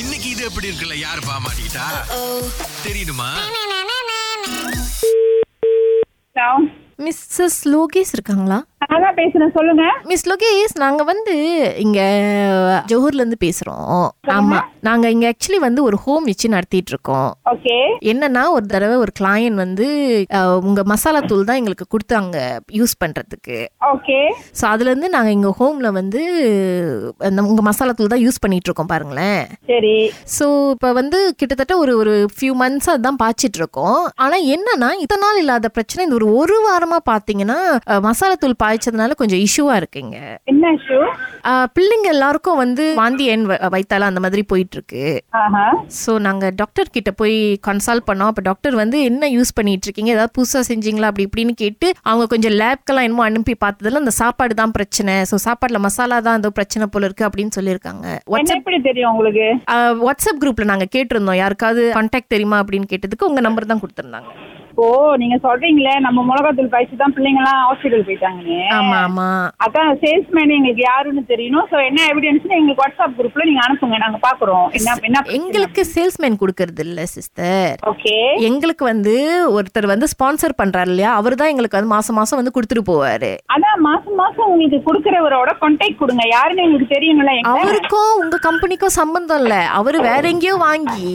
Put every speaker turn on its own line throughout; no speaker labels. இன்னைக்கு இது எப்படி இருக்குல்ல யாரு பாமாட்டா தெரியணுமா
ஹலோ
மிஸ்ஸஸ் லோகேஷ் இருக்காங்களா
நான் தான் பேசுறேன் சொல்லுங்க
மிஸ் லோகேஷ் நாங்க வந்து இங்க ஜோஹர்ல இருந்து பேசுறோம் ஆமா நாங்க இங்க ஆக்சுவலி வந்து ஒரு ஹோம் வச்சு நடத்திட்டு இருக்கோம்
ஓகே
என்னன்னா ஒரு தடவை ஒரு client வந்து அஹ், உங்க மசாலா தூள் தான் எங்களுக்கு கொடுத்தாங்க யூஸ் பண்றதுக்கு
ஓகே
ஸோ அதுலேருந்து நாங்கள் எங்கள் ஹோமில் வந்து அந்த உங்கள் மசாலா தூள் தான் யூஸ் பண்ணிட்டு இருக்கோம் பாருங்களேன்
சரி
ஸோ இப்போ வந்து கிட்டத்தட்ட ஒரு ஒரு ஃபியூ மந்த்ஸாக தான் பாய்ச்சிட்டு இருக்கோம் ஆனால் என்னன்னா இத்தனை நாள் இல்லாத பிரச்சனை இந்த ஒரு ஒரு வாரமாக பார்த்தீங்கன்னா அஹ், மசாலா தூள் பாய்ச்சதுனால கொஞ்சம் இஷ்யூவாக இருக்குங்க
என்ன இஷ்யூ
அஹ், பிள்ளைங்க எல்லாருக்கும் வந்து வாந்தி எண் வ- வயித்தால அந்த மாதிரி போயிட்டு இருக்கு
ஆஹா
ஸோ நாங்கள் டாக்டர் கிட்ட போய் கன்சல்ட் பண்ணோம் அப்போ டாக்டர் வந்து என்ன யூஸ் பண்ணிட்டு இருக்கீங்க ஏதாவது புதுசாக செஞ்சீங்களா அப்படி இப்படின்னு கேட்டு அவங்க கொஞ்சம் லேப்க்கெல்லாம் என்னமோ அனுப்பி பார்த்ததுல அந்த சாப்பாடு தான் பிரச்சனை ஸோ சாப்பாட்டில் மசாலா தான் ஏதோ பிரச்சனை போல இருக்கு அப்படின்னு சொல்லியிருக்காங்க
என்ன எப்படி தெரியும் உங்களுக்கு
அஹ், வாட்ஸ்அப் குரூப்பில் நாங்கள் கேட்டிருந்தோம் யாருக்காவது கான்டாக்ட் தெரியுமா அப்படின்னு கேட்டதுக்கு உங்கள் நம்பர் தான் கொடுத்துருந்தாங்க
ஓ நீங்க சொல்றீங்களே நம்ம மிளகாத்தூள் பயிச்சு தான் பிள்ளைங்க எல்லாம் ஹாஸ்பிட்டல் போயிட்டாங்கன்னு
ஆமாம் ஆமாம்
அதான் சேல்ஸ்மேன் எங்களுக்கு யாருன்னு தெரியணும் சோ என்ன எவிடன்ஸ் எங்களுக்கு வாட்ஸ்அப் குரூப்ல நீங்க அனுப்புங்க நாங்க பாக்குறோம் என்ன என்ன
எங்களுக்கு சேல்ஸ்மேன் கொடுக்கறது இல்லை சிஸ்டர்
ஓகே
எங்களுக்கு வந்து ஒருத்தர் வந்து ஸ்பான்சர் பண்றாரு இல்லையா அவர் தான் எங்களுக்கு வந்து மாசம் மாசம் வந்து கொடுத்துட்டு போவாரு
அதான் மாசம் மாசம் உங்களுக்கு கொடுக்கறவரோட கான்டாக்ட் கொடுங்க யாருன்னு எங்களுக்கு தெரியணும்ல எங்க
அவருக்கும் உங்க கம்பெனிக்கும் சம்பந்தம் இல்ல அவரு வேற எங்கேயோ வாங்கி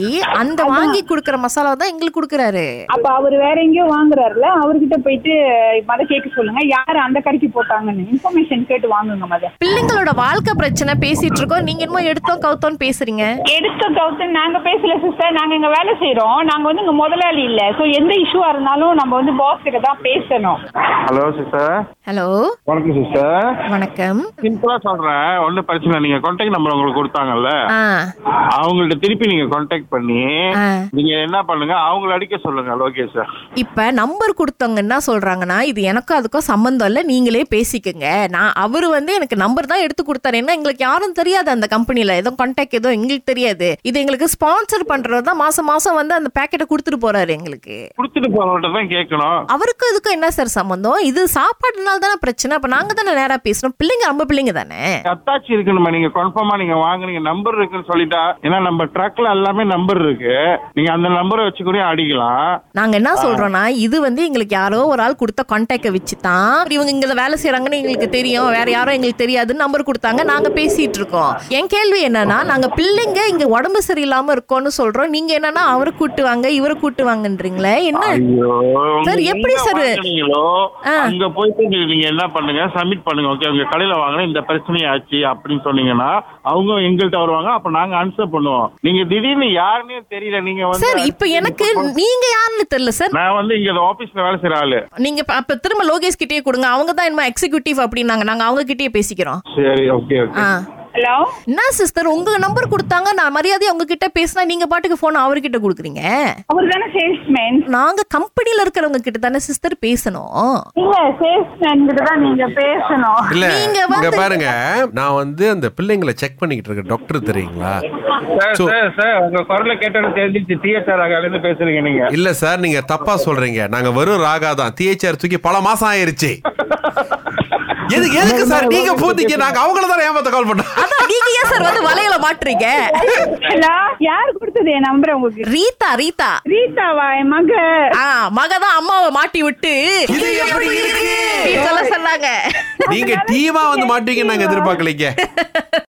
அந்த வாங்கி குடுக்கற மசாலா தான் எங்களுக்கு குடுக்கறாரு
அப்ப அவர் வேற எங்கேயோ வாங்குறாருல அவர்கிட்ட போயிட்டு மத கேட்க சொல்லுங்க யாரு அந்த கடைக்கு போட்டாங்கன்னு இன்ஃபர்மேஷன் கேட்டு வாங்குங்க மத
பிள்ளைங்களோட வாழ்க்கை பிரச்சனை பேசிட்டு இருக்கோம் நீங்க என்னமோ எடுத்தோம் கவுத்தோன்னு பேசுறீங்க
எடுத்த தௌசண்ட் நாங்க பேசல சிஸ்டர் நாங்க இங்க வேலை செய்றோம் நாங்க வந்து இங்க முதலாளி இல்ல சோ எந்த இஷ்யூவா இருந்தாலும் நம்ம வந்து பாஸ் கிட்ட தான் பேசணும்
ஹலோ சிஸ்டர்
ஹலோ
வணக்கம் சிஸ்டர்
வணக்கம்
சிம்பிளா சொல்றேன் ஒன்றும் பிரச்சனை இல்ல. நீங்க கான்டாக்ட் நம்பர் உங்களுக்கு கொடுத்தாங்கல்ல
ஆ
அவங்கள்ட்ட திருப்பி நீங்க கான்டாக்ட் பண்ணி
ஆ.
நீங்க என்ன பண்ணுங்க அவங்கள அடிக்க சொல்லுங்க ஓகே சார்
இப்ப நம்பர் கொடுத்தவங்க என்ன சொல்றாங்கன்னா இது எனக்கும் அதுக்கும் சம்பந்தம் இல்ல நீங்களே பேசிக்கங்க நான் அவரு வந்து எனக்கு நம்பர் தான் எடுத்து கொடுத்தாரு ஏன்னா எங்களுக்கு யாரும் தெரியாது அந்த கம்பெனில ஏதோ கான்டாக்ட் ஏதோ எங்களுக்கு தெரியாது இது எங்களுக்கு ஸ்பான்சர் பண்றவர் தான் மாசம் மாசம் வந்து அந்த பேக்கெட்டை கொடுத்துட்டு போறாரு எங்களுக்கு
கொடுத்துட்டு போறவங்கள்ட்ட தான் கேட்கணும்
அவருக்கும் இதுக்கும் என்ன சார் சம்பந்தம் இது சாப்பாடுனால தானே பிரச்சனை அப்ப நாங்க தானே நேரா பேசணும் பிள்ளைங்க ரொம்ப பிள்ளைங்க தானே
அத்தாச்சி இருக்குன்னு நீங்க கன்ஃபார்மா நீங்க வாங்குனீங்க நம்பர் இருக்குன்னு சொல்லிட்டா ஏன்னா நம்ம ட்ரக்ல எல்லாமே நம்பர் இருக்கு நீங்க அந்த நம்பரை வச்சு கூட அடிக்கலாம்
நாங்க என்ன சொல்றோம்னா இது வந்து எங்களுக்கு யாரோ ஒரு ஆள் கொடுத்த கான்டாக்ட வச்சு தான் இவங்க இங்க வேலை செய்யறாங்கன்னு எங்களுக்கு தெரியும் வேற யாரோ எங்களுக்கு தெரியாதுன்னு நம்பர் கொடுத்தாங்க நாங்க பேசிட்டு இருக்கோம் என் கேள்வி என்னன்னா நாங்க பிள்ளைங்க இங்க உடம்பு சரியில்லாம இருக்கோம்னு சொல்றோம் நீங்க என்னன்னா அவரை கூட்டுவாங்க இவரை கூட்டுவாங்கன்றீங்களே என்ன
ஐயோ
சார்,
நீங்க
எப்படி
எங்க
சார்?
வாங்குனீங்களோ,
ஆ.
அங்க போயிட்டு நீங்க- நீங்க என்ன பண்ணுங்க சப்மிட் பண்ணுங்க ஓகே உங்க கடையில வாங்கின இந்த பிரச்சனை ஆச்சு அப்படின்னு சொன்னீங்கன்னா அவங்க எங்கள்கிட்ட வருவாங்க அப்ப நாங்க ஆன்சர் பண்ணுவோம் நீங்க திடீர்னு யாருன்னே தெரியல நீங்க வந்து
சார் இப்ப எனக்கு நீங்க யாருன்னு தெரியல சார்
நான் வந்து இங்க ஆபீஸ்ல வேலை செய்யற ஆளு
நீங்க இப்ப- அப்ப திரும்ப லோகேஷ் கிட்டயே கொடுங்க அவங்க தான் என்ன எக்ஸிகியூட்டிவ் அப்படின்னாங்க நாங்க அவங்க கிட்டயே பேசிக்கிறோம்
சரி ஓகே ஓகே
ஆ
ஹலோ
என்ன சிஸ்டர் உங்க நம்பர் கொடுத்தாங்க நான் மரியாதையா உங்ககிட்ட பேசினா நீங்க பாட்டுக்கு போன் அவர்கிட்ட கொடுக்குறீங்க
அவர் தானே சேல்ஸ்மேன்
நாங்க கம்பெனில இருக்கிறவங்க கிட்ட தானே சிஸ்டர் பேசணும்
இல்ல சேல்ஸ்மேன் கிட்ட தான் நீங்க பேசணும்
இல்ல
நீங்க வந்து-
இங்க பாருங்க நான் வந்து அந்த பிள்ளைங்களை செக் பண்ணிக்கிட்டு இருக்கேன் டாக்டர் தெரியுங்களா
சார்
So-
சார் சார் உங்க குரல கேட்டது தெரிஞ்சிச்சு டிஎஸ்ஆர் அங்கிருந்து பேசுறீங்க நீங்க
இல்ல சார் நீங்க தப்பா சொல்றீங்க நாங்க வெறும் ராகா தான் திஹெச்ஆர் தூக்கி பல மாசம் ஆயிருச்சு எதுக்கு எதுக்கு சார் நீங்க பூத்திங்க நாங்க அவங்கள தான் ஏமாத்த கால் பண்ணோம்
அதான் நீங்க ஏன் சார் வந்து வலையில மாட்டுறீங்க
ஹலோ யார் கொடுத்தது என் நம்பர் உங்களுக்கு
ரீதா ரீதா
ரீதாவா என் மக
ஆ மகதான் அம்மாவை மாட்டி விட்டு
இது எப்படி இருக்கு
சொல்ல சொன்னாங்க
நீங்க டீமா வந்து மாட்டீங்கன்னு நாங்க எதிர்பார்க்கலைங்க